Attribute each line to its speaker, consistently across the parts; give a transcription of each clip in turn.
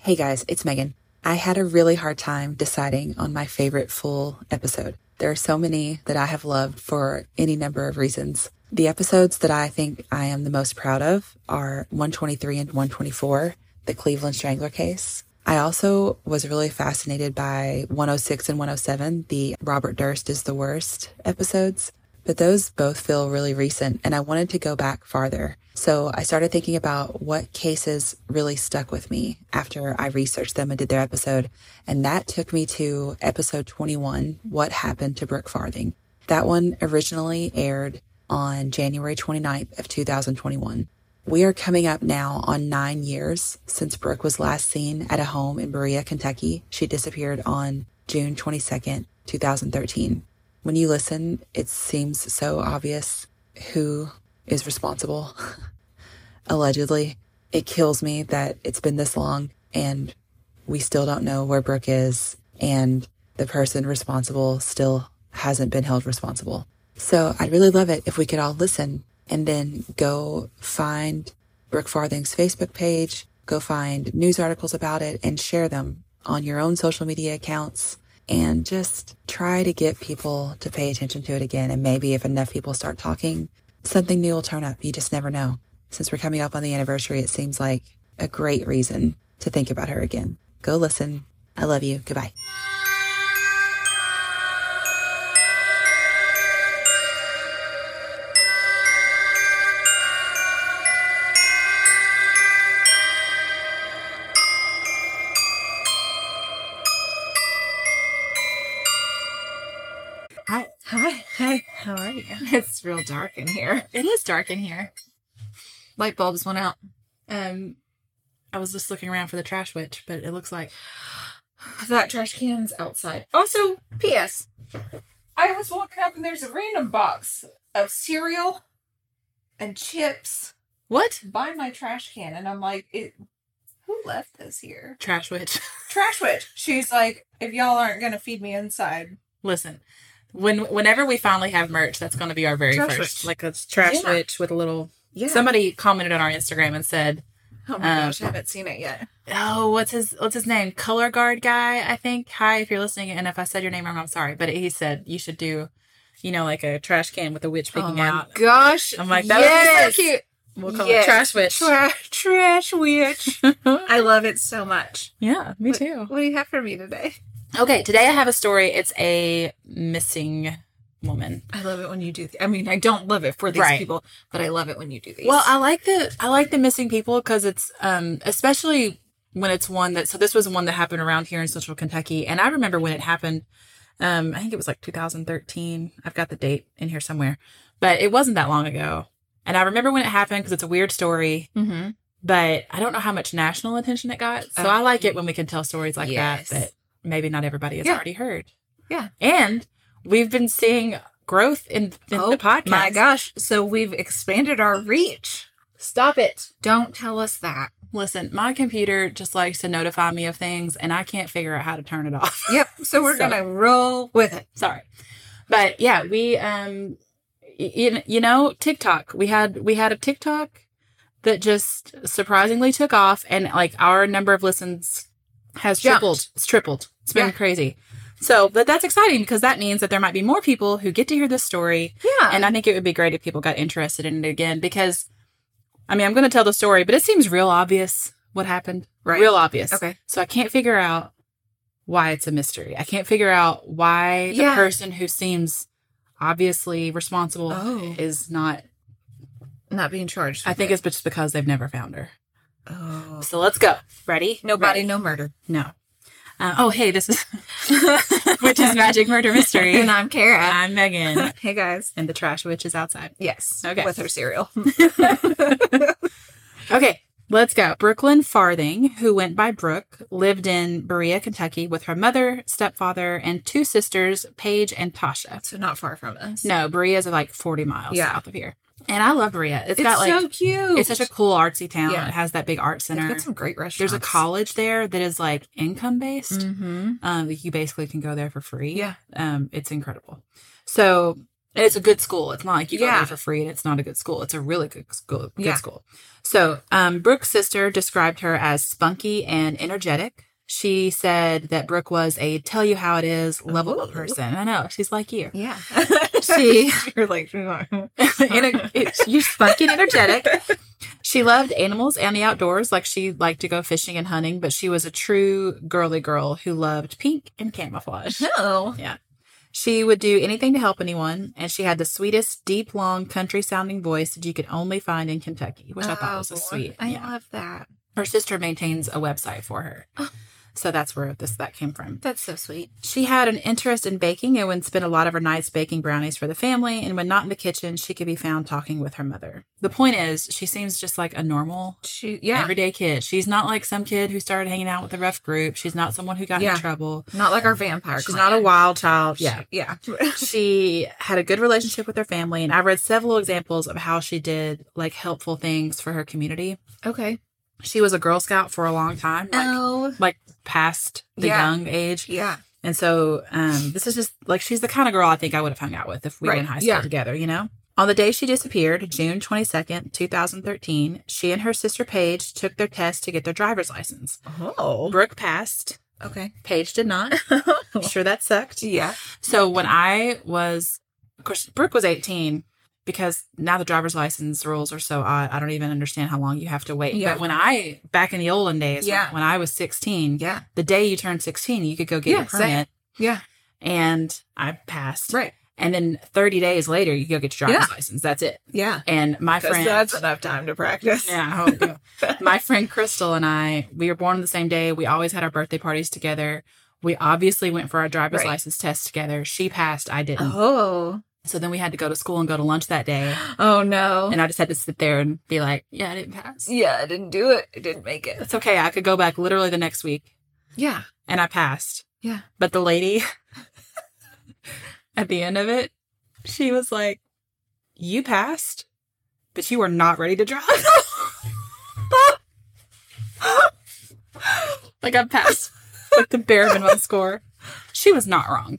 Speaker 1: Hey guys, it's Megan. I had a really hard time deciding on my favorite full episode. There are so many that I have loved for any number of reasons. The episodes that I think I am the most proud of are 123 and 124, the Cleveland Strangler case. I also was really fascinated by 106 and 107, the Robert Durst is the worst episodes but those both feel really recent and I wanted to go back farther. So I started thinking about what cases really stuck with me after I researched them and did their episode. And that took me to episode 21, What Happened to Brooke Farthing. That one originally aired on January 29th of 2021. We are coming up now on nine years since Brooke was last seen at a home in Berea, Kentucky. She disappeared on June 22nd, 2013 when you listen, it seems so obvious who is responsible. Allegedly, it kills me that it's been this long and we still don't know where Brooke is and the person responsible still hasn't been held responsible. So I'd really love it if we could all listen and then go find Brooke Farthing's Facebook page, go find news articles about it and share them on your own social media accounts and just try to get people to pay attention to it again. And maybe if enough people start talking, something new will turn up. You just never know. Since we're coming up on the anniversary, it seems like a great reason to think about her again. Go listen. I love you. Goodbye.
Speaker 2: Hi. Hi. Hi. How are you?
Speaker 3: It's real dark in here.
Speaker 2: It is dark in here.
Speaker 3: Light bulbs went out.
Speaker 2: Um, I was just looking around for the trash witch, but it looks like
Speaker 3: That trash can's outside. Also, P.S. I was walking up and there's a random box of cereal and chips
Speaker 2: what
Speaker 3: by my trash can, and I'm like, it. Who left this here?
Speaker 2: trash witch?
Speaker 3: Trash witch. She's like, if y'all aren't gonna feed me inside,
Speaker 2: Listen, when whenever we finally have merch, that's going to be our very
Speaker 3: Trash
Speaker 2: first,
Speaker 3: witch.
Speaker 2: like a trash
Speaker 3: Yeah.
Speaker 2: witch with a little.
Speaker 3: yeah.
Speaker 2: Somebody commented on our Instagram and said,
Speaker 3: oh my
Speaker 2: um,
Speaker 3: gosh, I haven't seen it yet.
Speaker 2: "Oh, what's his what's his name? Color guard guy, I think." Hi, if you're listening, and if I said your name wrong, I'm sorry, but he said you should do, you know, like a trash can with a witch
Speaker 3: Oh
Speaker 2: picking
Speaker 3: my
Speaker 2: out.
Speaker 3: gosh!
Speaker 2: I'm like, that would be so cute. We'll call
Speaker 3: Yes.
Speaker 2: it trash witch.
Speaker 3: Tra- trash witch. I love it so much.
Speaker 2: yeah, me too.
Speaker 3: What do you have for me today?
Speaker 2: Okay, today I have a story. It's a missing woman.
Speaker 3: I love it when you do. Th- I mean, I don't love it for these
Speaker 2: Right.
Speaker 3: people, but I love it when you do these.
Speaker 2: Well, I like the I like the missing people because it's um especially when it's one that so this was one that happened around here in Central Kentucky, and I remember when it happened. Um, I think it was like 2013. I've got the date in here somewhere, but it wasn't that long ago. And I remember when it happened because it's a weird story,
Speaker 3: mm-hmm.
Speaker 2: but I don't know how much national attention it got. So I like it when we can tell stories like
Speaker 3: Yes.
Speaker 2: that that maybe not everybody has
Speaker 3: Yeah.
Speaker 2: already heard.
Speaker 3: Yeah.
Speaker 2: And we've been seeing growth in, in the podcast.
Speaker 3: Oh my gosh! So we've expanded our reach.
Speaker 2: Stop it.
Speaker 3: Don't tell us that.
Speaker 2: Listen, my computer just likes to notify me of things and I can't figure out how to turn it off.
Speaker 3: Yep. So we're
Speaker 2: So-
Speaker 3: gonna roll with it.
Speaker 2: Sorry. But yeah, we um you, you know, TikTok. We had we had a TikTok that just surprisingly took off and like our number of listens has
Speaker 3: Jumped.
Speaker 2: tripled. It's tripled. It's been
Speaker 3: Yeah.
Speaker 2: crazy. So, but that's exciting because that means that there might be more people who get to hear this story
Speaker 3: Yeah.
Speaker 2: and I think it would be great if people got interested in it again because, I mean, I'm going to tell the story, but it seems real obvious what happened.
Speaker 3: Right.
Speaker 2: Real obvious.
Speaker 3: Okay.
Speaker 2: So I can't figure out why it's a mystery. I can't figure out why the
Speaker 3: Yeah.
Speaker 2: person who seems obviously responsible
Speaker 3: Oh.
Speaker 2: is not.
Speaker 3: not being charged.
Speaker 2: I think it's just because they've never found her.
Speaker 3: oh.
Speaker 2: So let's go. Ready?
Speaker 3: nobody,
Speaker 2: Ready.
Speaker 3: no murder.
Speaker 2: No. Uh, oh, hey, this is which is Magic Murder Mystery.
Speaker 3: and I'm Kara.
Speaker 2: I'm Megan,
Speaker 3: hey guys.
Speaker 2: and the trash witch is outside.
Speaker 3: Yes.
Speaker 2: Okay.
Speaker 3: With her cereal.
Speaker 2: Okay, let's go. Brooklyn Farthing, who went by Brooke, lived in Berea, Kentucky with her mother, stepfather, and two sisters, Paige and Tasha.
Speaker 3: so not far from us.
Speaker 2: No, Berea is like 40 miles
Speaker 3: Yeah.
Speaker 2: south of here. And I love Berea.
Speaker 3: It's,
Speaker 2: it's got like,
Speaker 3: so cute.
Speaker 2: it's such a cool artsy town.
Speaker 3: Yeah.
Speaker 2: It has that big art
Speaker 3: They've
Speaker 2: center.
Speaker 3: got some great restaurants.
Speaker 2: There's a college there that is like income based.
Speaker 3: Mm-hmm.
Speaker 2: Um, you basically can go there for free.
Speaker 3: Yeah.
Speaker 2: Um, it's incredible. So And it's a good school. It's not like you go
Speaker 3: Yeah.
Speaker 2: there for free and it's not a good school. It's a really good school. Good
Speaker 3: Yeah.
Speaker 2: school. So, um, Brooke's sister described her as spunky and energetic. She said that Brooke was a tell you how it is level
Speaker 3: Ooh.
Speaker 2: up person. I know. She's like you.
Speaker 3: Yeah.
Speaker 2: She-
Speaker 3: You're like, "Mm."
Speaker 2: Ener- it- you're spunky and energetic. She loved animals and the outdoors. Like she liked to go fishing and hunting, but she was a true girly girl who loved pink and camouflage.
Speaker 3: no.
Speaker 2: She would do anything to help anyone, and she had the sweetest, deep, long, country sounding voice that you could only find in Kentucky, which I thought was
Speaker 3: Oh,
Speaker 2: so sweet.
Speaker 3: I
Speaker 2: Yeah.
Speaker 3: love that.
Speaker 2: Her sister maintains a website for her.
Speaker 3: Oh.
Speaker 2: So that's where this that came from.
Speaker 3: That's so sweet.
Speaker 2: She had an interest in baking and would spend a lot of her nights baking brownies for the family. And when not in the kitchen, she could be found talking with her mother. The point is, she seems just like a normal,
Speaker 3: She, yeah.
Speaker 2: everyday kid. She's not like some kid who started hanging out with a rough group. She's not someone who got
Speaker 3: Yeah.
Speaker 2: in trouble.
Speaker 3: not like our vampire.
Speaker 2: She's
Speaker 3: clan.
Speaker 2: not a wild child. Yeah.
Speaker 3: Yeah.
Speaker 2: she had a good relationship with her family. And I read several examples of how she did like helpful things for her community.
Speaker 3: okay.
Speaker 2: She was a Girl Scout for a long time, like,
Speaker 3: oh.
Speaker 2: like past the
Speaker 3: Yeah.
Speaker 2: young age.
Speaker 3: Yeah.
Speaker 2: And so um, this is just like she's the kind of girl I think I would have hung out with if we were in
Speaker 3: Right,
Speaker 2: high school
Speaker 3: yeah.
Speaker 2: together, you know? On the day she disappeared, June 22nd, 2013, she and her sister Paige took their test to get their driver's license.
Speaker 3: Oh.
Speaker 2: Brooke passed,
Speaker 3: Okay.
Speaker 2: Paige did not. I'm sure that sucked.
Speaker 3: yeah.
Speaker 2: So when I was, of course, Brooke was 18 because now the driver's license rules are so odd. I don't even understand how long you have to wait.
Speaker 3: Yeah.
Speaker 2: But when I, back in the olden days, when-
Speaker 3: Yeah.
Speaker 2: when I was 16,
Speaker 3: Yeah.
Speaker 2: the day you turned 16, you could go get
Speaker 3: Yeah,
Speaker 2: your
Speaker 3: same.
Speaker 2: permit
Speaker 3: Yeah.
Speaker 2: and I passed.
Speaker 3: Right.
Speaker 2: And then 30 days later, you go get your driver's license. That's it.
Speaker 3: Yeah.
Speaker 2: And my friend,
Speaker 3: enough time to practice.
Speaker 2: yeah, I hope you- my friend Crystal and I, we were born on the same day. We always had our birthday parties together. We obviously went for our driver's
Speaker 3: Right.
Speaker 2: license test together. She passed, I didn't.
Speaker 3: Oh.
Speaker 2: So then we had to go to school and go to lunch that day.
Speaker 3: Oh no.
Speaker 2: And I just had to sit there and be like, yeah, I didn't pass.
Speaker 3: yeah, I didn't do it. I didn't make it.
Speaker 2: It's okay. I could go back literally the next week
Speaker 3: Yeah.
Speaker 2: and I passed.
Speaker 3: Yeah.
Speaker 2: But the lady at the end of it, she was like, You passed, but you were not ready to drive. like, I passed like the bare minimum score. She was not wrong.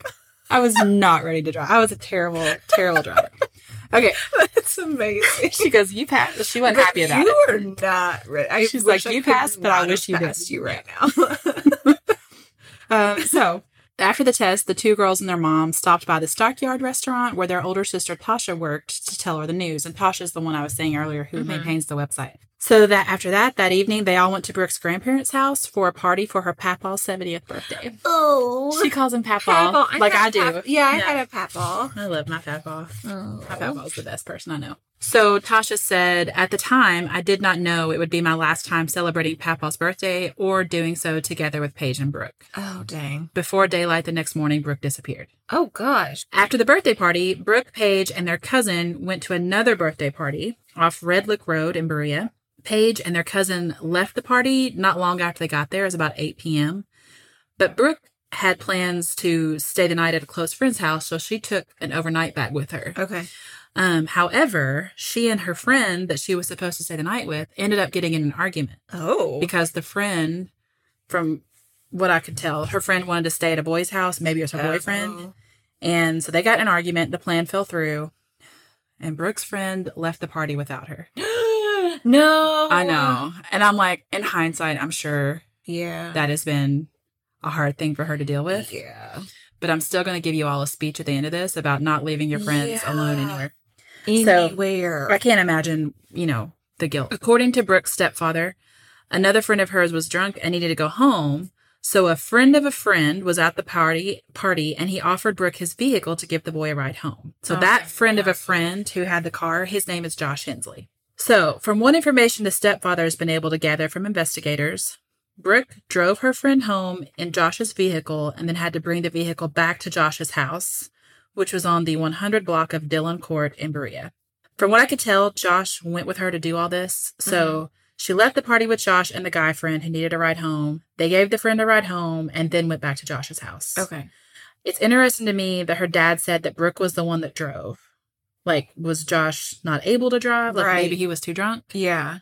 Speaker 2: I was not ready to drive. I was a terrible, terrible driver. Okay.
Speaker 3: That's amazing.
Speaker 2: She goes, You passed. She wasn't happy about it.
Speaker 3: you are not ready. I
Speaker 2: She's
Speaker 3: wish
Speaker 2: like,
Speaker 3: I
Speaker 2: "You
Speaker 3: could
Speaker 2: passed, but I
Speaker 3: not
Speaker 2: wish
Speaker 3: have
Speaker 2: you didn't."
Speaker 3: passed you right now.
Speaker 2: Um, so after the test, the two girls and their mom stopped by the stockyard restaurant where their older sister Tasha worked to tell her the news. And Tasha's the one I was saying earlier who
Speaker 3: Mhm.
Speaker 2: maintains the website. So that after that, that evening, they all went to Brooke's grandparents' house for a party for her papaw's 70th birthday.
Speaker 3: oh.
Speaker 2: She calls him papaw, like I do.
Speaker 3: yeah, I
Speaker 2: Yeah.
Speaker 3: had a pat ball.
Speaker 2: I love my papaw.
Speaker 3: Oh.
Speaker 2: My papaw is the best person I know. So Tasha said, at the time, I did not know it would be my last time celebrating Papaw's birthday or doing so together with Paige and Brooke.
Speaker 3: Oh dang.
Speaker 2: Before daylight the next morning, Brooke disappeared.
Speaker 3: Oh gosh.
Speaker 2: After the birthday party, Brooke Page and their cousin went to another birthday party off Red Lick Road in Berea. Page and their cousin left the party not long after they got there. It was about 8 p.m. But Brooke had plans to stay the night at a close friend's house, so she took an overnight bag with her.
Speaker 3: Okay.
Speaker 2: Um, however, she and her friend that she was supposed to stay the night with ended up getting in an argument
Speaker 3: Oh.
Speaker 2: because the friend, from what I could tell, her friend wanted to stay at a boy's house. Maybe it was her boyfriend. And so they got in an argument. The plan fell through, and Brooke's friend left the party without her.
Speaker 3: no.
Speaker 2: I know. And I'm like, in hindsight, I'm sure
Speaker 3: Yeah.
Speaker 2: that has been a hard thing for her to deal with.
Speaker 3: yeah.
Speaker 2: But I'm still going to give you all a speech at the end of this about not leaving your friends
Speaker 3: Yeah.
Speaker 2: alone anywhere. So-
Speaker 3: Anywhere.
Speaker 2: I can't imagine, you know, the guilt. According to Brooke's stepfather, another friend of hers was drunk and needed to go home. So a friend of a friend was at the party party and he offered Brooke his vehicle to give the boy a ride home. So
Speaker 3: Oh,
Speaker 2: that
Speaker 3: my
Speaker 2: friend of a
Speaker 3: gosh.
Speaker 2: friend who had the car, his name is Josh Hensley. So from what information the stepfather has been able to gather from investigators, Brooke drove her friend home in Josh's vehicle and then had to bring the vehicle back to Josh's house, which was on the 100 block of Dillon Court in Berea. From what I could tell, Josh went with her to do all this. So
Speaker 3: Mm-hmm.
Speaker 2: she left the party with Josh and the guy friend who needed a ride home. They gave the friend a ride home and then went back to Josh's house.
Speaker 3: Okay.
Speaker 2: It's interesting to me that her dad said that Brooke was the one that drove. Like, was Josh not able to drive? Like,
Speaker 3: Right.
Speaker 2: maybe he was too drunk.
Speaker 3: Yeah.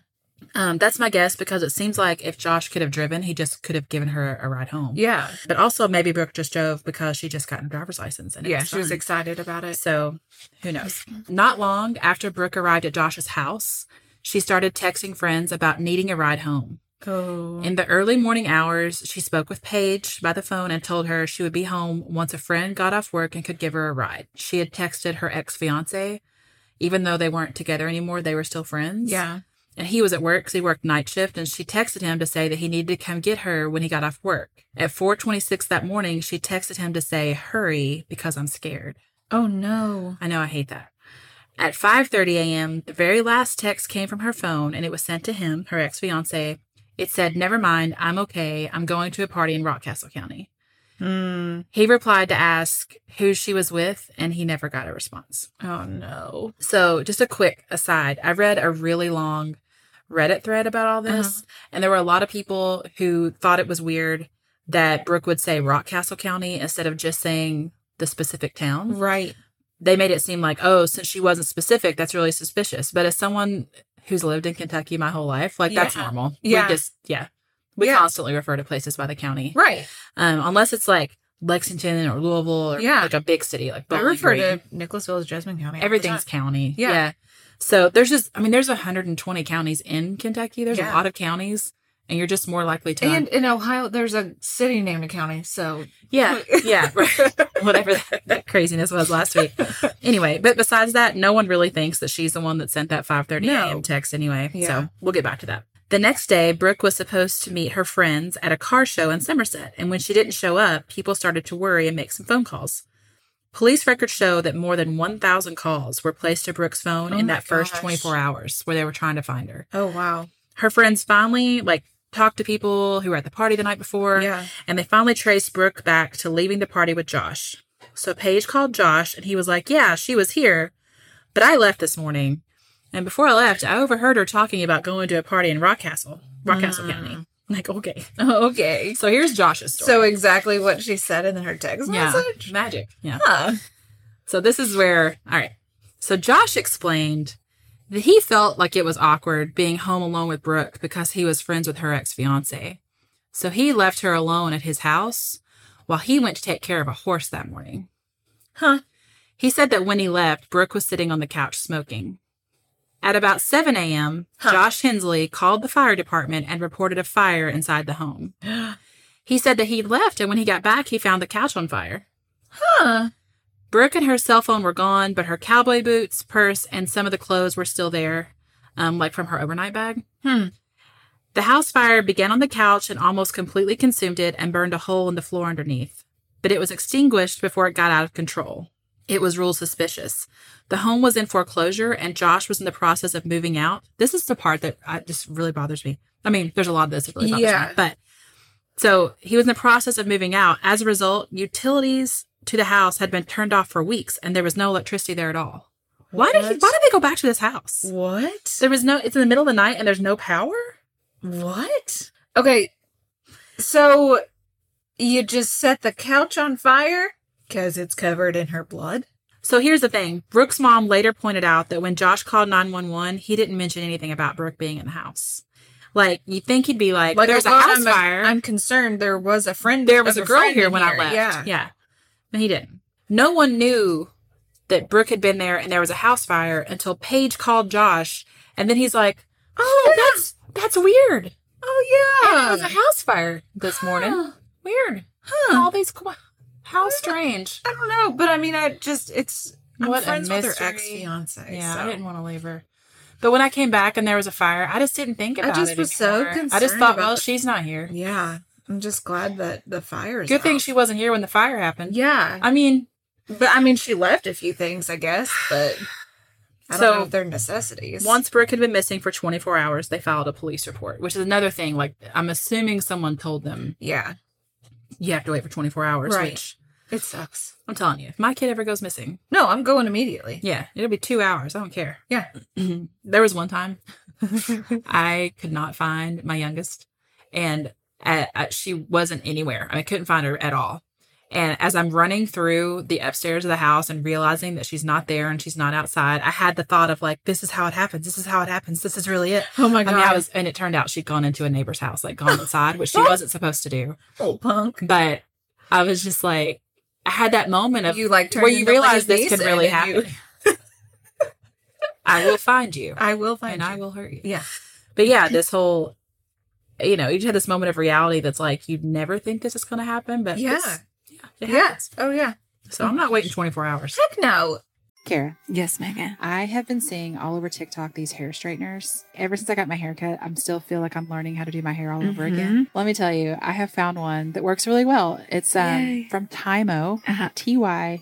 Speaker 2: Um, that's my guess because it seems like if Josh could have driven, he just could have given her a ride home.
Speaker 3: Yeah.
Speaker 2: But also maybe Brooke just drove because she just got her driver's license and it
Speaker 3: Yeah,
Speaker 2: was
Speaker 3: she was
Speaker 2: fun.
Speaker 3: excited about it.
Speaker 2: So who knows? Not long after Brooke arrived at Josh's house, she started texting friends about needing a ride home.
Speaker 3: Oh.
Speaker 2: In the early morning hours, she spoke with Paige by the phone and told her she would be home once a friend got off work and could give her a ride. She had texted her ex fiance, even though they weren't together anymore, they were still friends.
Speaker 3: yeah.
Speaker 2: And he was at work 'cause he worked night shift, and she texted him to say that he needed to come get her when he got off work. At 4:26 that morning, she texted him to say, "Hurry, because I'm scared."
Speaker 3: Oh no.
Speaker 2: I know I hate that. At 5:30 a.m., the very last text came from her phone and it was sent to him, her ex-fiance. It said, "Never mind, I'm okay. I'm going to a party in Rockcastle County."
Speaker 3: Mm.
Speaker 2: He replied to ask who she was with, and he never got a response.
Speaker 3: Oh no.
Speaker 2: So, just a quick aside, I read a really long Reddit thread about all this,
Speaker 3: Uh-huh.
Speaker 2: and there were a lot of people who thought it was weird that Brooke would say Rockcastle County instead of just saying the specific town
Speaker 3: Right.
Speaker 2: they made it seem like, oh, since she wasn't specific, that's really suspicious. But as someone who's lived in Kentucky my whole life, like that's
Speaker 3: Yeah.
Speaker 2: normal.
Speaker 3: Yeah.
Speaker 2: We just, yeah. We
Speaker 3: Yeah.
Speaker 2: constantly refer to places by the county.
Speaker 3: Right.
Speaker 2: Um, unless it's like Lexington or Louisville or
Speaker 3: Yeah.
Speaker 2: like a big city like
Speaker 3: I
Speaker 2: Bowling
Speaker 3: refer
Speaker 2: Green.
Speaker 3: to Nicholasville as Jasmine County. all the
Speaker 2: everything's
Speaker 3: time.
Speaker 2: county.
Speaker 3: Yeah.
Speaker 2: So there's just I mean, there's 120 counties in Kentucky. There's
Speaker 3: Yeah.
Speaker 2: a lot of counties and you're just more likely to
Speaker 3: And in Ohio, there's a city named a county. So oh,
Speaker 2: Yeah, yeah, right. whatever that, that craziness was last week. Anyway, but besides that, no one really thinks that she's the one that sent that 5:30
Speaker 3: No.
Speaker 2: a.m. text anyway.
Speaker 3: Yeah.
Speaker 2: So we'll get back to that. The next day, Brooke was supposed to meet her friends at a car show in Somerset, and when she didn't show up, people started to worry and make some phone calls. Police records show that more than 1,000 calls were placed to Brooke's phone
Speaker 3: Oh
Speaker 2: in
Speaker 3: my
Speaker 2: that first
Speaker 3: gosh.
Speaker 2: 24 hours where they were trying to find her.
Speaker 3: oh wow.
Speaker 2: Her friends finally like talked to people who were at the party the night before,
Speaker 3: Yeah.
Speaker 2: and they finally traced Brooke back to leaving the party with Josh. So Paige called Josh and he was like, Yeah, she was here, but I left this morning. And before I left, I overheard her talking about going to a party in Rockcastle, Rockcastle County. Like, okay.
Speaker 3: Okay.
Speaker 2: So here's Josh's story.
Speaker 3: So exactly what she said in her text
Speaker 2: yeah,
Speaker 3: message.
Speaker 2: magic. Yeah.
Speaker 3: Huh.
Speaker 2: So this is where, all right. So Josh explained that he felt like it was awkward being home alone with Brooke because he was friends with her ex fiance. So he left her alone at his house while he went to take care of a horse that morning.
Speaker 3: Huh.
Speaker 2: He said that when he left, Brooke was sitting on the couch smoking. At about 7 a.m.,
Speaker 3: Huh.
Speaker 2: Josh Hensley called the fire department and reported a fire inside the home. He said that he left, and when he got back, he found the couch on fire.
Speaker 3: Huh.
Speaker 2: Brooke and her cell phone were gone, but her cowboy boots, purse, and some of the clothes were still there, um, like from her overnight bag.
Speaker 3: Hmm.
Speaker 2: The house fire began on the couch and almost completely consumed it and burned a hole in the floor underneath. But it was extinguished before it got out of control. It was ruled suspicious. The home was in foreclosure and Josh was in the process of moving out. This is the part that I, just really bothers me. I mean, there's a lot of this that really bothers
Speaker 3: Yeah.
Speaker 2: me. But so he was in the process of moving out. As a result, utilities to the house had been turned off for weeks and there was no electricity there at all. Why did he,
Speaker 3: What?
Speaker 2: why did they go back to this house?
Speaker 3: What?
Speaker 2: There was no it's in the middle of the night and there's no power?
Speaker 3: What? Okay. So you just set the couch on fire because it's covered in her blood?
Speaker 2: So here's the thing. Brooke's mom later pointed out that when Josh called 911, he didn't mention anything about Brooke being in the house. Like, you think he'd be like, there's a
Speaker 3: although
Speaker 2: house
Speaker 3: I'm,
Speaker 2: fire.
Speaker 3: I'm concerned there was a friend.
Speaker 2: there was
Speaker 3: of
Speaker 2: a girl
Speaker 3: friend
Speaker 2: here
Speaker 3: in
Speaker 2: when I left.
Speaker 3: Yeah.
Speaker 2: Yeah. But he didn't. No one knew that Brooke had been there and there was a house fire until Paige called Josh. And then he's like, oh, that's, that's weird. There
Speaker 3: Oh,
Speaker 2: was a
Speaker 3: yeah.
Speaker 2: house fire this morning. Weird.
Speaker 3: Huh.
Speaker 2: All these, qu- how strange.
Speaker 3: I don't know, but I mean, I just, it's. I'm
Speaker 2: What a
Speaker 3: friends with her
Speaker 2: mystery.
Speaker 3: ex fiance.
Speaker 2: Yeah, I didn't want to leave her. But when I came back and there was a fire, I just didn't think
Speaker 3: I
Speaker 2: about it.
Speaker 3: just was so
Speaker 2: anymore. I just
Speaker 3: concerned
Speaker 2: thought,
Speaker 3: about
Speaker 2: well,
Speaker 3: the-
Speaker 2: she's not here.
Speaker 3: Yeah. I'm just glad that the fire is.
Speaker 2: Good thing
Speaker 3: out.
Speaker 2: she wasn't here when the fire happened.
Speaker 3: Yeah.
Speaker 2: I mean,
Speaker 3: But I mean, she left a few things, I guess, but I don't
Speaker 2: So,
Speaker 3: know if they're necessities.
Speaker 2: once Brooke had been missing for 24 hours, they filed a police report, which is another thing. Like, I'm assuming someone told them
Speaker 3: yeah,
Speaker 2: you have to wait for 24 hours,
Speaker 3: Right.
Speaker 2: which
Speaker 3: it sucks.
Speaker 2: I'm telling you, if my kid ever goes missing,
Speaker 3: No, I'm going immediately.
Speaker 2: yeah, it'll be two hours. I don't care.
Speaker 3: Yeah.
Speaker 2: there was one time I could not find my youngest, and I, I, she wasn't anywhere. I, mean, couldn't find her at all.
Speaker 4: And as I'm running through the upstairs of the house and realizing that she's not there and she's not outside, I had the thought of like, this is how it happens. This is how it happens. This is really it.
Speaker 5: Oh my
Speaker 4: I
Speaker 5: god.
Speaker 4: mean, I was, and it turned out she'd gone into a neighbor's house, like gone inside, which she wasn't supposed to do.
Speaker 5: old punk.
Speaker 4: But I was just like, I had that moment of
Speaker 3: you like turned
Speaker 4: where you
Speaker 3: into
Speaker 4: realize
Speaker 3: Liam
Speaker 4: this could
Speaker 3: Neeson
Speaker 4: really
Speaker 3: and you-
Speaker 4: happen. I will find you,
Speaker 5: I will find
Speaker 4: and
Speaker 5: you.
Speaker 4: I will hurt you.
Speaker 5: Yeah.
Speaker 4: But yeah, this whole, you know, you just had this moment of reality that's like you'd never think this is going to happen, but
Speaker 5: Yeah.
Speaker 4: it's- yeah, it
Speaker 5: Yeah.
Speaker 4: happens.
Speaker 5: Oh yeah.
Speaker 4: So I'm not waiting 24 hours.
Speaker 5: Heck no.
Speaker 2: Kara,
Speaker 5: Yes, Megan.
Speaker 2: I have been seeing all over TikTok these hair straighteners. Ever since I got my haircut, I'm still feel like I'm learning how to do my hair all over
Speaker 5: Mhm.
Speaker 2: again. Let me tell you, I have found one that works really well. It's um,
Speaker 5: Yay.
Speaker 2: from Tymo,
Speaker 5: Uh-huh.
Speaker 2: T Y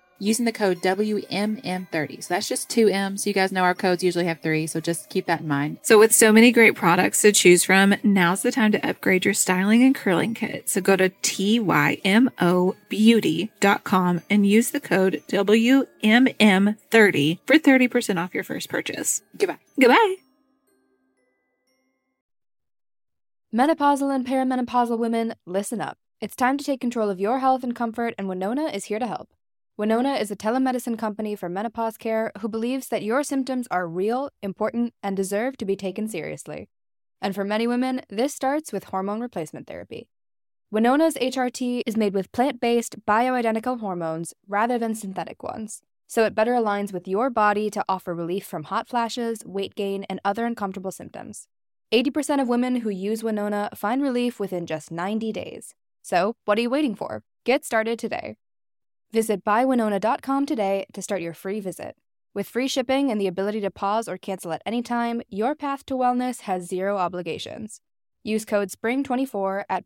Speaker 2: using the code WMM30. So that's just two M's. You guys know our codes usually have three, so just keep that in mind.
Speaker 6: So, with so many great products to choose from, now's the time to upgrade your styling and curling kit. So, go to TYMOBeauty.com and use the code WMM30 for 30% off your first purchase.
Speaker 2: Goodbye.
Speaker 6: Goodbye.
Speaker 7: Menopausal and perimenopausal women, listen up. It's time to take control of your health and comfort, and Winona is here to help. Winona is a telemedicine company for menopause care who believes that your symptoms are real, important, and deserve to be taken seriously. And for many women, this starts with hormone replacement therapy. Winona's HRT is made with plant based, bioidentical hormones rather than synthetic ones, so it better aligns with your body to offer relief from hot flashes, weight gain, and other uncomfortable symptoms. 80% of women who use Winona find relief within just 90 days. So, what are you waiting for? Get started today. Visit buywinona.com today to start your free visit. With free shipping and the ability to pause or cancel at any time, your path to wellness has zero obligations. Use code SPRING24 at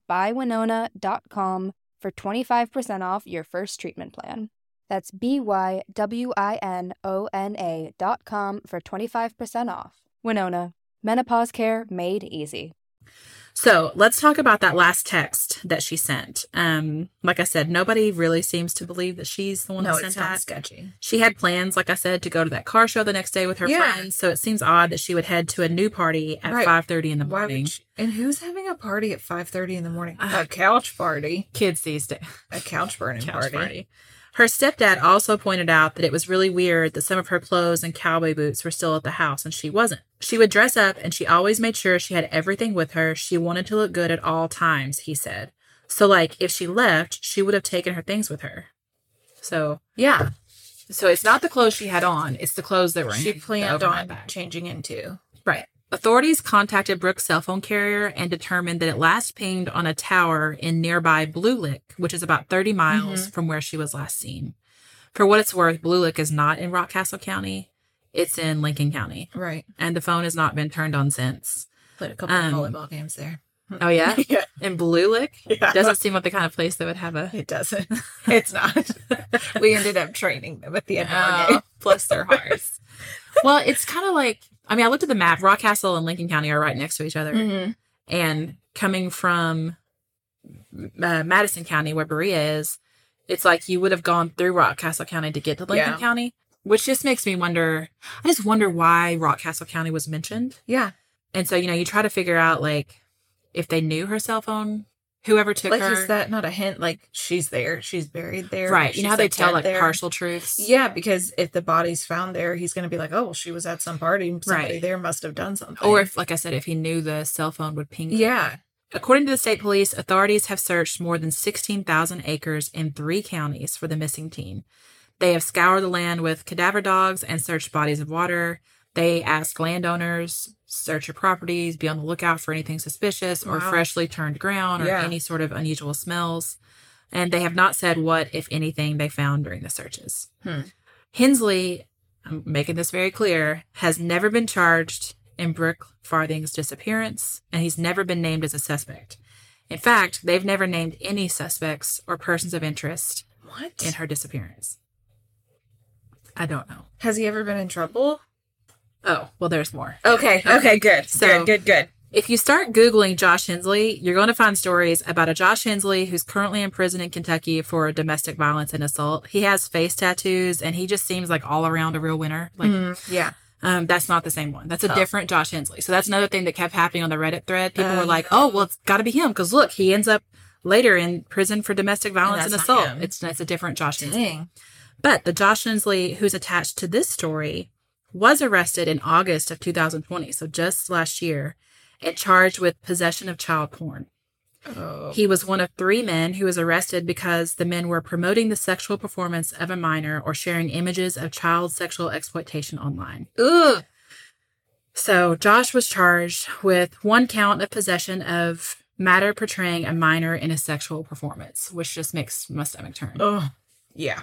Speaker 7: buywinona.com for 25% off your first treatment plan. That's B Y W I N O N A dot com for 25% off. Winona, menopause care made easy.
Speaker 4: So let's talk about that last text that she sent. Um, like I said, nobody really seems to believe that she's the one
Speaker 3: No,
Speaker 4: that sent
Speaker 3: it's not
Speaker 4: that.
Speaker 3: sketchy.
Speaker 4: She had plans, like I said, to go to that car show the next day with her
Speaker 3: Yeah.
Speaker 4: friends. So it seems odd that she would head to a new party at
Speaker 3: Right.
Speaker 4: five thirty in the
Speaker 3: Why would
Speaker 4: morning.
Speaker 3: she- and who's having a party at five thirty in the morning?
Speaker 4: Uh,
Speaker 3: a couch party.
Speaker 4: Kids these days.
Speaker 3: A couch burning
Speaker 4: Couch
Speaker 3: party.
Speaker 4: party. Her stepdad also pointed out that it was really weird that some of her clothes and cowboy boots were still at the house and she wasn't. She would dress up and she always made sure she had everything with her. She wanted to look good at all times, he said. So like if she left, she would have taken her things with her. So
Speaker 3: Yeah,
Speaker 4: so it's not the clothes she had on, it's the clothes that were in
Speaker 3: she
Speaker 4: the
Speaker 3: planned
Speaker 4: overnight
Speaker 3: on
Speaker 4: bag.
Speaker 3: changing into.
Speaker 4: Right. Authorities contacted Brooke's cell phone carrier and determined that it last pinged on a tower in nearby Blue Lick, which is about 30 miles
Speaker 3: Mm-hmm.
Speaker 4: from where she was last seen. For what it's worth, Blue Lick is not in Rockcastle County, it's in Lincoln County,
Speaker 3: Right.
Speaker 4: and the phone has not been turned on since.
Speaker 3: Played a couple
Speaker 4: Um,
Speaker 3: of volleyball games there.
Speaker 4: Oh yeah,
Speaker 3: yeah.
Speaker 4: and Blue Lick
Speaker 3: yeah.
Speaker 4: doesn't seem like the kind of place that would have a.
Speaker 3: It doesn't. It's not. we ended up training them at the end of our
Speaker 4: Oh,
Speaker 3: game.
Speaker 4: bless their hearts. well, it's kind of like I mean, I looked at the map. Rockcastle and Lincoln County are right next to each
Speaker 3: Mm-hmm.
Speaker 4: other, and coming from uh, Madison County, where Berea is, it's like you would have gone through Rockcastle County to get to Lincoln
Speaker 3: Yeah.
Speaker 4: County, which just makes me wonder. I just wonder why Rockcastle County was mentioned.
Speaker 3: Yeah.
Speaker 4: And so, you know, you try to figure out like if they knew her cell phone, whoever took
Speaker 3: Like,
Speaker 4: her.
Speaker 3: is that not a hint? Like, she's there. She's buried there.
Speaker 4: right. You know
Speaker 3: she's,
Speaker 4: how they
Speaker 3: like,
Speaker 4: tell
Speaker 3: dead
Speaker 4: like
Speaker 3: there?
Speaker 4: partial truths?
Speaker 3: Yeah, because if the body's found there, he's going to be like, oh, well, she was at some party. and Somebody
Speaker 4: Right.
Speaker 3: there must have done something.
Speaker 4: Or if, like I said, if he knew the cell phone would ping. her.
Speaker 3: yeah.
Speaker 4: According to the state police, authorities have searched more than 16,000 acres in three counties for the missing teen. They have scoured the land with cadaver dogs and searched bodies of water. They ask landowners, search your properties, be on the lookout for anything suspicious or
Speaker 3: Wow.
Speaker 4: freshly turned ground or
Speaker 3: Yeah.
Speaker 4: any sort of unusual smells. And they have not said what, if anything, they found during the searches.
Speaker 3: Hmm.
Speaker 4: Hensley, I'm making this very clear, has never been charged in Brooke Farthing's disappearance, and he's never been named as a suspect. In fact, they've never named any suspects or persons of interest
Speaker 3: What?
Speaker 4: in her disappearance. I don't know.
Speaker 3: Has he ever been in trouble?
Speaker 4: Oh, well, there's more.
Speaker 3: Okay. Okay. Good.
Speaker 4: So-
Speaker 3: good. Good. Good.
Speaker 4: If you start Googling Josh Hensley, you're going to find stories about a Josh Hensley who's currently in prison in Kentucky for domestic violence and assault. He has face tattoos and he just seems like all around a real winner. Like,
Speaker 3: Mm, yeah.
Speaker 4: um, that's not the same one. That's a
Speaker 3: Oh.
Speaker 4: different Josh Hensley. So that's another thing that kept happening on the Reddit thread. People
Speaker 3: Oh.
Speaker 4: were like, oh, well, it's got to be him because look, he ends up later in prison for domestic violence
Speaker 3: that's
Speaker 4: and,
Speaker 3: not
Speaker 4: assault.
Speaker 3: him.
Speaker 4: It's, it's a different Josh Hensley.
Speaker 3: Dang.
Speaker 4: But the Josh Hensley who's attached to this story was arrested in August of 2020, so just last year, and charged with possession of child porn.
Speaker 3: Oh.
Speaker 4: He was one of three men who was arrested because the men were promoting the sexual performance of a minor or sharing images of child sexual exploitation online.
Speaker 3: Ugh.
Speaker 4: So Josh was charged with one count of possession of matter portraying a minor in a sexual performance, which just makes my stomach turn.
Speaker 3: Oh. Yeah.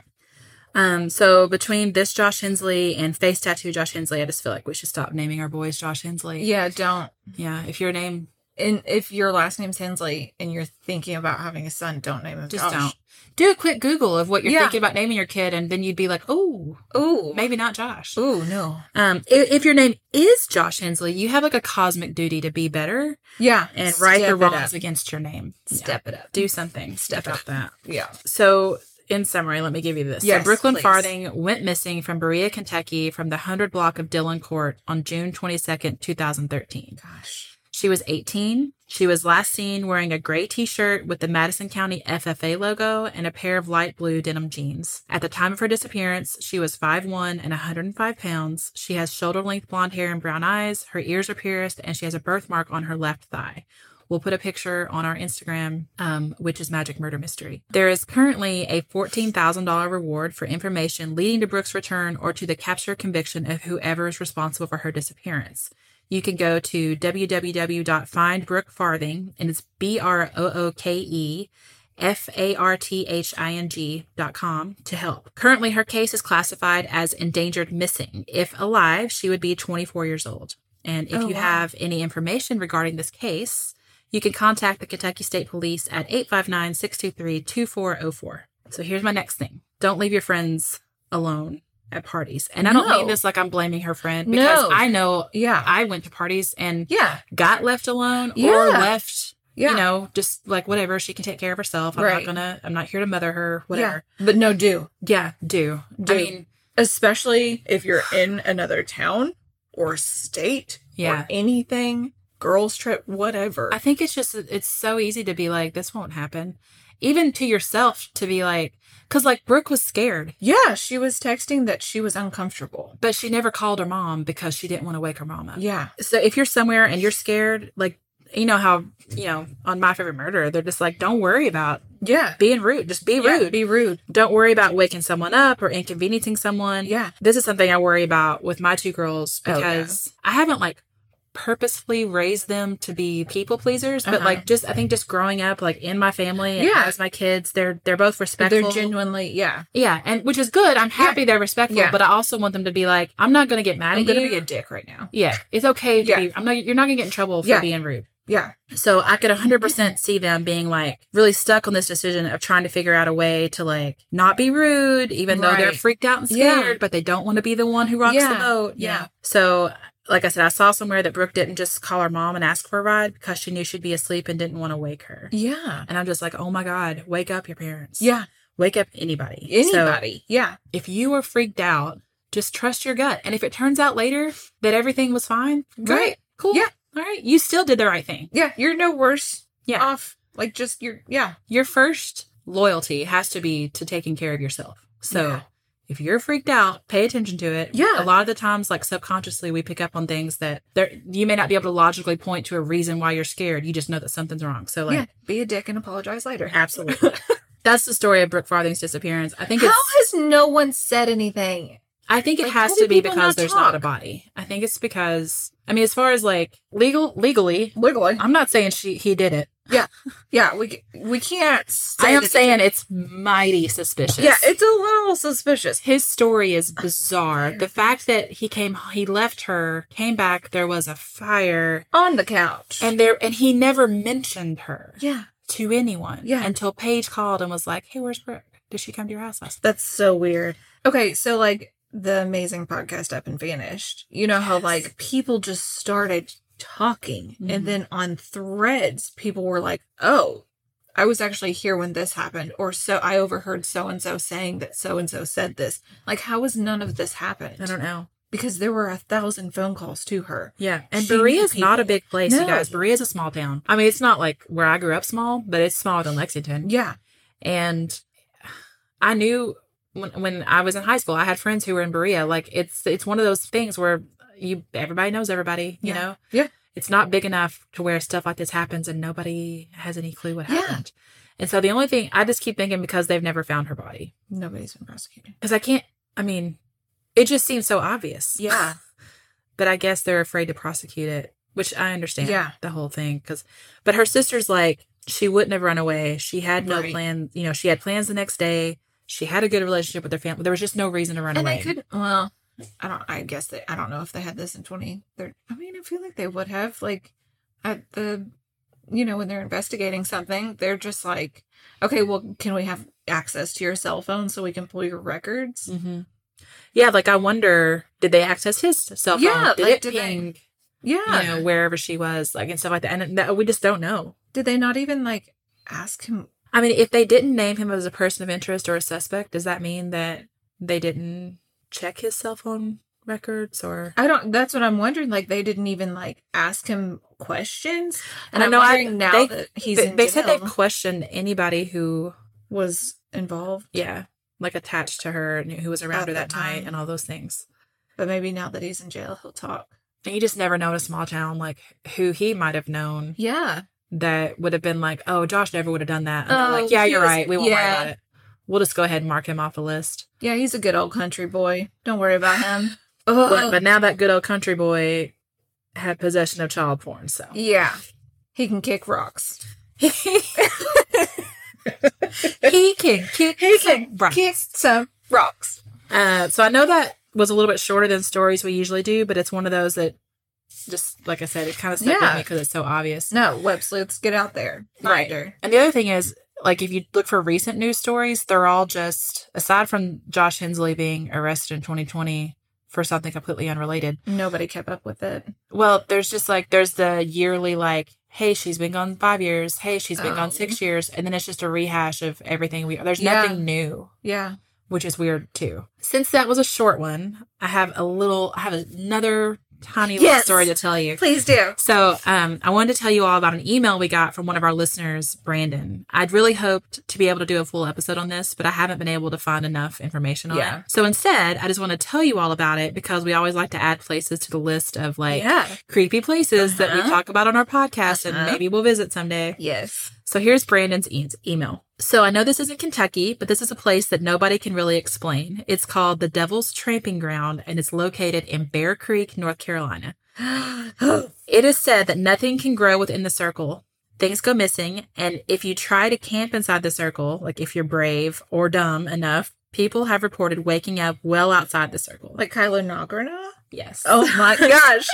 Speaker 4: Um, so between this Josh Hensley and face tattoo Josh Hensley, I just feel like we should stop naming our boys Josh Hensley.
Speaker 3: Yeah. Don't.
Speaker 4: Yeah, If your name,
Speaker 3: And if your last name's Hensley and you're thinking about having a son, don't name him.
Speaker 4: just don't. Do a quick Google of what you're
Speaker 3: Yeah.
Speaker 4: thinking about naming your kid, and then you'd be like, oh,
Speaker 3: don't. Ooh.
Speaker 4: maybe not Josh.
Speaker 3: Ooh. No.
Speaker 4: Um, i- if, your name is Josh Hensley, you have like a cosmic duty to be better
Speaker 3: Yeah.
Speaker 4: and right
Speaker 3: Step
Speaker 4: the
Speaker 3: it
Speaker 4: wrongs
Speaker 3: up.
Speaker 4: against your name. Yeah.
Speaker 3: Step it up.
Speaker 4: Do something. Step
Speaker 3: it
Speaker 4: up that.
Speaker 3: Yeah.
Speaker 4: So, in summary, let me give you this.
Speaker 3: Yes,
Speaker 4: so Brooklyn
Speaker 3: please.
Speaker 4: Farthing went missing from Berea, Kentucky, from the 100 block of Dillon Court on June 22nd, 2013.
Speaker 3: Gosh.
Speaker 4: She was 18. She was last seen wearing a gray t shirt with the Madison County FFA logo and a pair of light blue denim jeans. At the time of her disappearance, she was 5'1 and 105 pounds. She has shoulder length blonde hair and brown eyes. Her ears are pierced, and she has a birthmark on her left thigh. We'll put a picture on our Instagram, um, which is Magic Murder Mystery. There is currently a $14,000 reward for information leading to Brooke's return or to the capture conviction of whoever is responsible for her disappearance you can go to www.findbrookfarthing and it's b r o o k e f a r t h i n g dot com to help. Currently, her case is classified as endangered missing. If alive, she would be 24 years old. And if
Speaker 3: Oh,
Speaker 4: you
Speaker 3: wow.
Speaker 4: have any information regarding this case, you can contact the Kentucky State Police at 859 623 2404. So here's my next thing don't leave your friends alone at parties. And I don't
Speaker 3: No.
Speaker 4: mean this like I'm blaming her friend because
Speaker 3: No.
Speaker 4: I know
Speaker 3: Yeah.
Speaker 4: I went to parties and
Speaker 3: Yeah.
Speaker 4: got left alone
Speaker 3: Yeah.
Speaker 4: or left,
Speaker 3: Yeah.
Speaker 4: you know, just like whatever. She can take care of herself. I'm
Speaker 3: Right.
Speaker 4: not gonna. I'm not here to mother her. Whatever.
Speaker 3: But no, do.
Speaker 4: Yeah. do.
Speaker 3: Do.
Speaker 4: I mean,
Speaker 3: Especially if you're in another town or state
Speaker 4: Yeah.
Speaker 3: or anything, girls trip, whatever.
Speaker 4: I think it's just it's so easy to be like, this won't happen, even to yourself to be like, because like Brooke was scared,
Speaker 3: yeah. She was texting that she was uncomfortable.
Speaker 4: but she never called her mom because she didn't want to wake her mom up.
Speaker 3: Yeah.
Speaker 4: So if you're somewhere and you're scared, like you know how you know on my favorite murder, they're just like, don't worry about
Speaker 3: Yeah.
Speaker 4: being rude. Just be
Speaker 3: Yeah,
Speaker 4: rude.
Speaker 3: Be rude.
Speaker 4: Don't worry about waking someone up or inconveniencing someone.
Speaker 3: Yeah.
Speaker 4: This is something I worry about with my two girls
Speaker 3: Oh, yeah.
Speaker 4: because I haven't like purposefully raised them to be people pleasers, but
Speaker 3: Uh-huh.
Speaker 4: like just I think just growing up like in my family and
Speaker 3: Yeah.
Speaker 4: as my kids, they're they're both respectful.
Speaker 3: They're genuinely, yeah.
Speaker 4: yeah, and which is good. I'm happy they're respectful,
Speaker 3: Yeah.
Speaker 4: but I also want them to be like, I'm not gonna get mad
Speaker 3: I'm
Speaker 4: at
Speaker 3: going
Speaker 4: you.
Speaker 3: to be a dick right now.
Speaker 4: yeah, it's okay to
Speaker 3: Yeah.
Speaker 4: be. I'm not. You're not gonna get in trouble for
Speaker 3: Yeah.
Speaker 4: being rude.
Speaker 3: Yeah.
Speaker 4: So I could 100% see them being like really stuck on this decision of trying to figure out a way to like not be rude, even though they're
Speaker 3: Right.
Speaker 4: freaked out and
Speaker 3: Yeah.
Speaker 4: scared, but they don't want to be the one who rocks
Speaker 3: Yeah.
Speaker 4: the boat.
Speaker 3: Yeah.
Speaker 4: So, like I said, I saw somewhere that Brooke didn't just call her mom and ask for a ride because she knew she'd be asleep and didn't want to wake her.
Speaker 3: Yeah.
Speaker 4: And I'm just like, oh my God, wake up your parents.
Speaker 3: Yeah.
Speaker 4: Wake up anybody. So,
Speaker 3: Anybody. yeah.
Speaker 4: if you are freaked out, just trust your gut. And if it turns out later that everything was fine, great.
Speaker 3: Right.
Speaker 4: Cool.
Speaker 3: Yeah.
Speaker 4: All right. You still did the right thing.
Speaker 3: Yeah. You're no worse
Speaker 4: Yeah.
Speaker 3: off. Like just you're yeah.
Speaker 4: your first loyalty has to be to taking care of yourself. So
Speaker 3: Yeah.
Speaker 4: if you're freaked out, pay attention to it.
Speaker 3: Yeah.
Speaker 4: A lot of the times, like subconsciously, we pick up on things that there you may not be able to logically point to a reason why you're scared. You just know that something's wrong. So like
Speaker 3: yeah. Be a dick and apologize later.
Speaker 4: absolutely. That's the story of Brooke Farthing's disappearance. I think
Speaker 3: How
Speaker 4: it's
Speaker 3: has no one said anything?
Speaker 4: I think it
Speaker 3: Like,
Speaker 4: has
Speaker 3: how
Speaker 4: to
Speaker 3: do
Speaker 4: be
Speaker 3: people
Speaker 4: because
Speaker 3: not
Speaker 4: there's not a
Speaker 3: talk?
Speaker 4: body. I think it's because I mean as far as like legal legally,
Speaker 3: Wiggling.
Speaker 4: I'm not saying she he did it.
Speaker 3: Yeah. We we can't. Say
Speaker 4: I am
Speaker 3: that-
Speaker 4: saying it's mighty suspicious.
Speaker 3: Yeah. It's a little suspicious.
Speaker 4: his story is bizarre. The fact that he came, he left her, came back. There was a fire,
Speaker 3: On the couch.
Speaker 4: and there, and he never mentioned her
Speaker 3: yeah.
Speaker 4: to anyone.
Speaker 3: Yeah.
Speaker 4: until Paige called and was like, "Hey, where's Brooke? Did she come to your house last?"
Speaker 3: That's so weird. Okay, so like the amazing podcast up and vanished. You know how like people just started talking
Speaker 4: Mhm.
Speaker 3: and then on threads people were like, "Oh, I was actually here when this happened," or so I overheard so and so saying that so and so said this. Like how has none of this happened?
Speaker 4: I don't know.
Speaker 3: Because there were a thousand phone calls to her.
Speaker 4: Yeah, and
Speaker 3: She knew
Speaker 4: Berea is not a
Speaker 3: people.
Speaker 4: big place, you
Speaker 3: No.
Speaker 4: guys. Berea is a small town. I mean, it's not like where I grew up small, but it's smaller than Lexington.
Speaker 3: Yeah.
Speaker 4: and I knew when when I was in high school, I had friends who were in Berea. Like it's it's one of those things where you everybody knows everybody, you
Speaker 3: Yeah.
Speaker 4: know.
Speaker 3: Yeah.
Speaker 4: It's not big enough to where stuff like this happens and nobody has any clue what
Speaker 3: Yeah.
Speaker 4: happened. And so the only thing I just keep thinking because they've never found her body
Speaker 3: Nobody's been prosecuted.
Speaker 4: because I can't. I mean, it just seems so obvious.
Speaker 3: Yeah.
Speaker 4: but I guess they're afraid to prosecute it, which I understand.
Speaker 3: Yeah.
Speaker 4: the whole thing. Because, but her sister's like, she wouldn't have run away. She had no
Speaker 3: Right.
Speaker 4: plan. You know, she had plans the next day. She had a good relationship with her family. There was just no reason to run
Speaker 3: and
Speaker 4: away.
Speaker 3: they could well i don't i guess they i don't know if they had this in 2013 i mean i feel like they would have like at the you know when they're investigating something they're just like okay well can we have access to your cell phone so we can pull your records
Speaker 4: hmm Yeah, like I wonder, did they access his cell phone?
Speaker 3: Yeah,
Speaker 4: did
Speaker 3: like,
Speaker 4: it
Speaker 3: did they-
Speaker 4: ping?
Speaker 3: yeah
Speaker 4: You know, wherever she was, like and stuff like that. And that, we just don't know.
Speaker 3: did they not even like ask him
Speaker 4: I mean, if they didn't name him as a person of interest or a suspect, does that mean that they didn't check his cell phone records or?
Speaker 3: i don't that's what i'm wondering like they didn't even like ask him questions and
Speaker 4: I
Speaker 3: i'm
Speaker 4: know, I-
Speaker 3: wondering now
Speaker 4: they-
Speaker 3: that he's
Speaker 4: they
Speaker 3: in
Speaker 4: they said
Speaker 3: jail
Speaker 4: they've questioned anybody who
Speaker 3: was involved
Speaker 4: yeah like attached to her and who was around
Speaker 3: At
Speaker 4: her that
Speaker 3: that
Speaker 4: night
Speaker 3: time.
Speaker 4: and all those things
Speaker 3: but maybe now that he's in jail he'll talk
Speaker 4: and you just never know in a small town like who he might have known
Speaker 3: yeah
Speaker 4: that would have been like oh josh never would have done that and they're
Speaker 3: Oh,
Speaker 4: like yeah
Speaker 3: he
Speaker 4: you're
Speaker 3: was-
Speaker 4: right we won't worry about
Speaker 3: yeah.
Speaker 4: it we'll just go ahead and mark him off the list
Speaker 3: Yeah, he's a good old country boy. Don't worry about him.
Speaker 4: but,
Speaker 3: Ugh.
Speaker 4: but now that good old country boy had possession of child porn so
Speaker 3: yeah, he can kick rocks.
Speaker 4: he can kick he can
Speaker 3: Kick some rocks.
Speaker 4: Uh, so I know that was a little bit shorter than stories we usually do, but it's one of those that just like I said, it kind of stuck with
Speaker 3: Yeah.
Speaker 4: me because it's so obvious.
Speaker 3: No, web sleuths, get out there.
Speaker 4: Right.
Speaker 3: Finder.
Speaker 4: And the other thing is, like if you look for recent news stories, they're all just aside from Josh Hensley being arrested in 2020 for something completely unrelated.
Speaker 3: Nobody kept up with it.
Speaker 4: Well, there's just like there's the yearly like, hey, she's been gone five years. Hey, she's been
Speaker 3: Oh.
Speaker 4: gone six years, and then it's just a rehash of everything we. There's
Speaker 3: Yeah.
Speaker 4: nothing new.
Speaker 3: Yeah.
Speaker 4: which is weird too. Since that was a short one, I have a little, I have another tiny little
Speaker 3: Yes.
Speaker 4: story to tell you.
Speaker 3: Please do.
Speaker 4: So, um, I wanted to tell you all about an email we got from one of our listeners, Brandon. I'd really hoped to be able to do a full episode on this, but I haven't been able to find enough information on
Speaker 3: Yeah.
Speaker 4: it. So instead, I just want to tell you all about it because we always like to add places to the list of like
Speaker 3: yeah.
Speaker 4: creepy places that we
Speaker 3: Uh-huh.
Speaker 4: talk about on our podcast and
Speaker 3: Uh-huh.
Speaker 4: maybe we'll visit someday.
Speaker 3: Yes.
Speaker 4: So here's Brandon's e- email. So I know this isn't Kentucky, but this is a place that nobody can really explain. It's called the Devil's Tramping Ground and it's located in Bear Creek, North Carolina. It is said that nothing can grow within the circle. Things go missing, and if you try to camp inside the circle, like if you're brave or dumb enough, People have reported waking up well outside the circle.
Speaker 3: Like Kylo Nagrana?
Speaker 4: yes.
Speaker 3: Oh my gosh.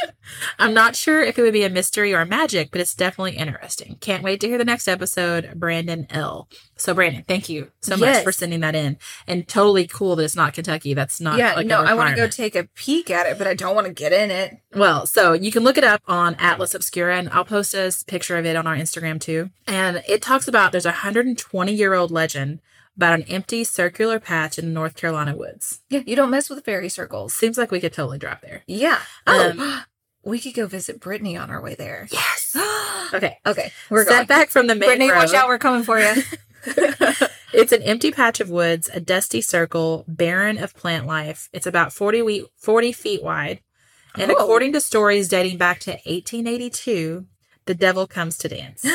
Speaker 4: I'm not sure if it would be a mystery or magic, but it's definitely interesting. Can't wait to hear the next episode, Brandon L. So Brandon, thank you so much
Speaker 3: Yes.
Speaker 4: for sending that in. And totally cool that it's not Kentucky. That's not
Speaker 3: yeah,
Speaker 4: like
Speaker 3: no,
Speaker 4: I
Speaker 3: I want to go take a peek at it, but I don't want to get in it.
Speaker 4: well, so you can look it up on Atlas Obscura, and I'll post a s- picture of it on our Instagram too. And it talks about there's a 120 year old legend about an empty circular patch in the North Carolina woods.
Speaker 3: Yeah, you don't mess with fairy circles.
Speaker 4: Seems like we could totally drop there.
Speaker 3: Yeah. Oh,
Speaker 4: Um,
Speaker 3: we could go visit Brittany on our way there.
Speaker 4: Yes.
Speaker 3: okay,
Speaker 4: Okay.
Speaker 3: we're
Speaker 4: Set
Speaker 3: going.
Speaker 4: back from the main
Speaker 3: Brittany, watch
Speaker 4: road.
Speaker 3: out. We're coming for you.
Speaker 4: it's an empty patch of woods, a dusty circle, barren of plant life. It's about 40, we- 40 feet wide. And
Speaker 3: Oh.
Speaker 4: according to stories dating back to 1882, the devil comes to dance.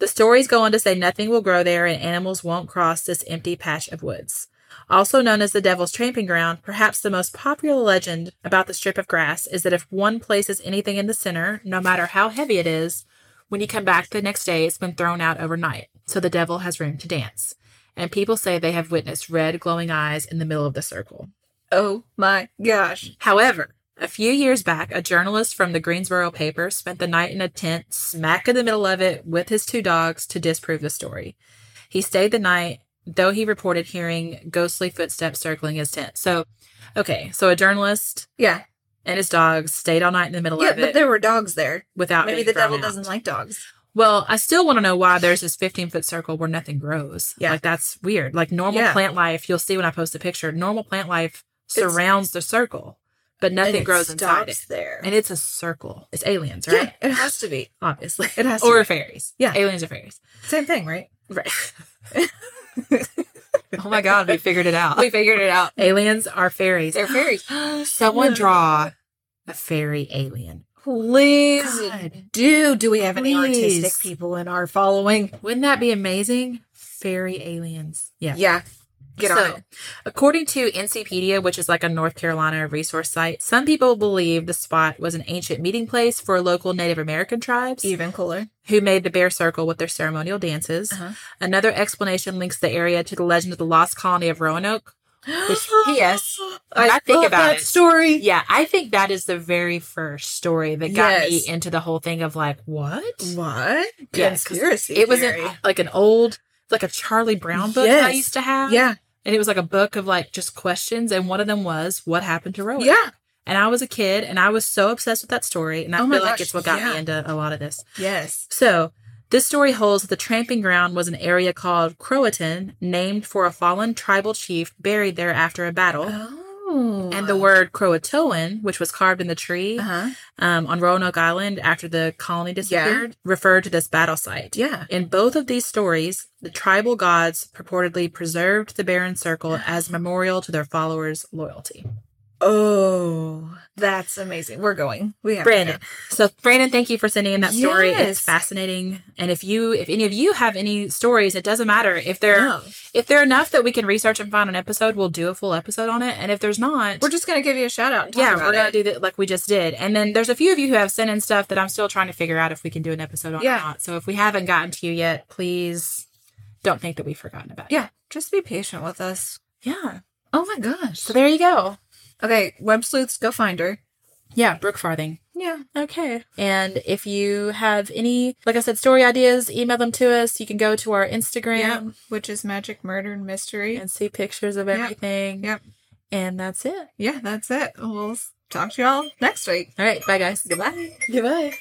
Speaker 4: the stories go on to say nothing will grow there and animals won't cross this empty patch of woods. Also known as the Devil's Tramping Ground, perhaps the most popular legend about the strip of grass is that if one places anything in the center, no matter how heavy it is, when you come back the next day, it's been thrown out overnight, so the devil has room to dance. And people say they have witnessed red glowing eyes in the middle of the circle.
Speaker 3: oh my gosh.
Speaker 4: However, a few years back, a journalist from the Greensboro paper spent the night in a tent smack in the middle of it with his two dogs to disprove the story. He stayed the night, though he reported hearing ghostly footsteps circling his tent. So, okay, so a journalist
Speaker 3: Yeah.
Speaker 4: and his dogs stayed all night in the middle
Speaker 3: Yeah,
Speaker 4: of
Speaker 3: but
Speaker 4: it
Speaker 3: there were dogs there.
Speaker 4: without
Speaker 3: Maybe
Speaker 4: being
Speaker 3: the
Speaker 4: thrown
Speaker 3: devil
Speaker 4: out.
Speaker 3: doesn't like dogs.
Speaker 4: Well, I still want to know why there's this 15 foot circle where nothing grows.
Speaker 3: Yeah.
Speaker 4: Like that's weird. Like normal
Speaker 3: Yeah.
Speaker 4: plant life, you'll see when I post the picture, normal plant life
Speaker 3: It's-
Speaker 4: surrounds the circle, but nothing
Speaker 3: And it
Speaker 4: grows inside
Speaker 3: stops
Speaker 4: it.
Speaker 3: there.
Speaker 4: And it's a circle. It's aliens,
Speaker 3: yeah,
Speaker 4: right?
Speaker 3: it has to be.
Speaker 4: Obviously.
Speaker 3: It has to
Speaker 4: or
Speaker 3: be.
Speaker 4: fairies.
Speaker 3: Yeah.
Speaker 4: Aliens or fairies.
Speaker 3: Same thing, right?
Speaker 4: Right. oh my God, we figured it out.
Speaker 3: We figured it out.
Speaker 4: aliens are fairies.
Speaker 3: They're fairies.
Speaker 4: Someone draw a fairy alien.
Speaker 3: Please
Speaker 4: God.
Speaker 3: do. Do we have any
Speaker 4: Please.
Speaker 3: artistic people in our following?
Speaker 4: Wouldn't that be amazing? Fairy aliens. Yeah.
Speaker 3: Yeah. Get on
Speaker 4: so,
Speaker 3: it.
Speaker 4: according to NCpedia, which is like a North Carolina resource site, some people believe the spot was an ancient meeting place for local Native American tribes
Speaker 3: Even cooler.
Speaker 4: who made the bear circle with their ceremonial dances.
Speaker 3: Uh-huh.
Speaker 4: Another explanation links the area to the legend of the lost colony of Roanoke. Which, P.S., I think
Speaker 3: love
Speaker 4: about
Speaker 3: that
Speaker 4: it.
Speaker 3: story.
Speaker 4: Yeah, I think that is the very first story that
Speaker 3: Yes.
Speaker 4: got me into the whole thing of like, what?
Speaker 3: What?
Speaker 4: Yeah, 'cause
Speaker 3: Conspiracy.
Speaker 4: It was
Speaker 3: theory.
Speaker 4: an, like an old, like a Charlie Brown book that I
Speaker 3: Yes.
Speaker 4: used to have.
Speaker 3: Yeah.
Speaker 4: And it was like a book of like just questions. And one of them was, What happened to Rowan?
Speaker 3: Yeah.
Speaker 4: And I was a kid and I was so obsessed with that story. And I
Speaker 3: Oh my
Speaker 4: feel like
Speaker 3: gosh,
Speaker 4: it's what got me
Speaker 3: yeah.
Speaker 4: into a lot of this.
Speaker 3: Yes.
Speaker 4: So this story holds that the tramping ground was an area called Croatan, named for a fallen tribal chief buried there after a battle.
Speaker 3: Oh.
Speaker 4: And the word Croatoan, which was carved in the tree
Speaker 3: Uh-huh.
Speaker 4: um, on Roanoke Island after the colony disappeared, referred to this battle site.
Speaker 3: Yeah.
Speaker 4: In both of these stories, the tribal gods purportedly preserved the barren circle as memorial to their followers' loyalty.
Speaker 3: Oh, that's amazing. We're going. We have to
Speaker 4: Brandon. So Brandon, thank you for sending in that story. It's
Speaker 3: Yes.
Speaker 4: fascinating. And if you if any of you have any stories, it doesn't matter. If
Speaker 3: go.
Speaker 4: they're
Speaker 3: No.
Speaker 4: if they're enough that we can research and find an episode, we'll do a full episode on it. And if there's not,
Speaker 3: We're just gonna give you a shout out. And talk
Speaker 4: yeah,
Speaker 3: about
Speaker 4: we're gonna
Speaker 3: it.
Speaker 4: do that like we just did. And then there's a few of you who have sent in stuff that I'm still trying to figure out if we can do an episode on or
Speaker 3: Yeah.
Speaker 4: not. So if we haven't gotten to you yet, please don't think that we've forgotten about
Speaker 3: Yeah, just be patient with us.
Speaker 4: you. Yeah.
Speaker 3: Oh my gosh.
Speaker 4: So there you go.
Speaker 3: Okay, web sleuths, go find her.
Speaker 4: Yeah, Brooke Farthing.
Speaker 3: Yeah.
Speaker 4: Okay. And if you have any, like I said, story ideas, email them to us. You can go to our Instagram
Speaker 3: Which is magic, murder, and mystery.
Speaker 4: and see pictures of
Speaker 3: Yep.
Speaker 4: everything.
Speaker 3: Yep.
Speaker 4: And that's it.
Speaker 3: yeah, that's it. We'll s- talk to y'all next week.
Speaker 4: All right. Bye, guys.
Speaker 3: Goodbye.
Speaker 4: Goodbye.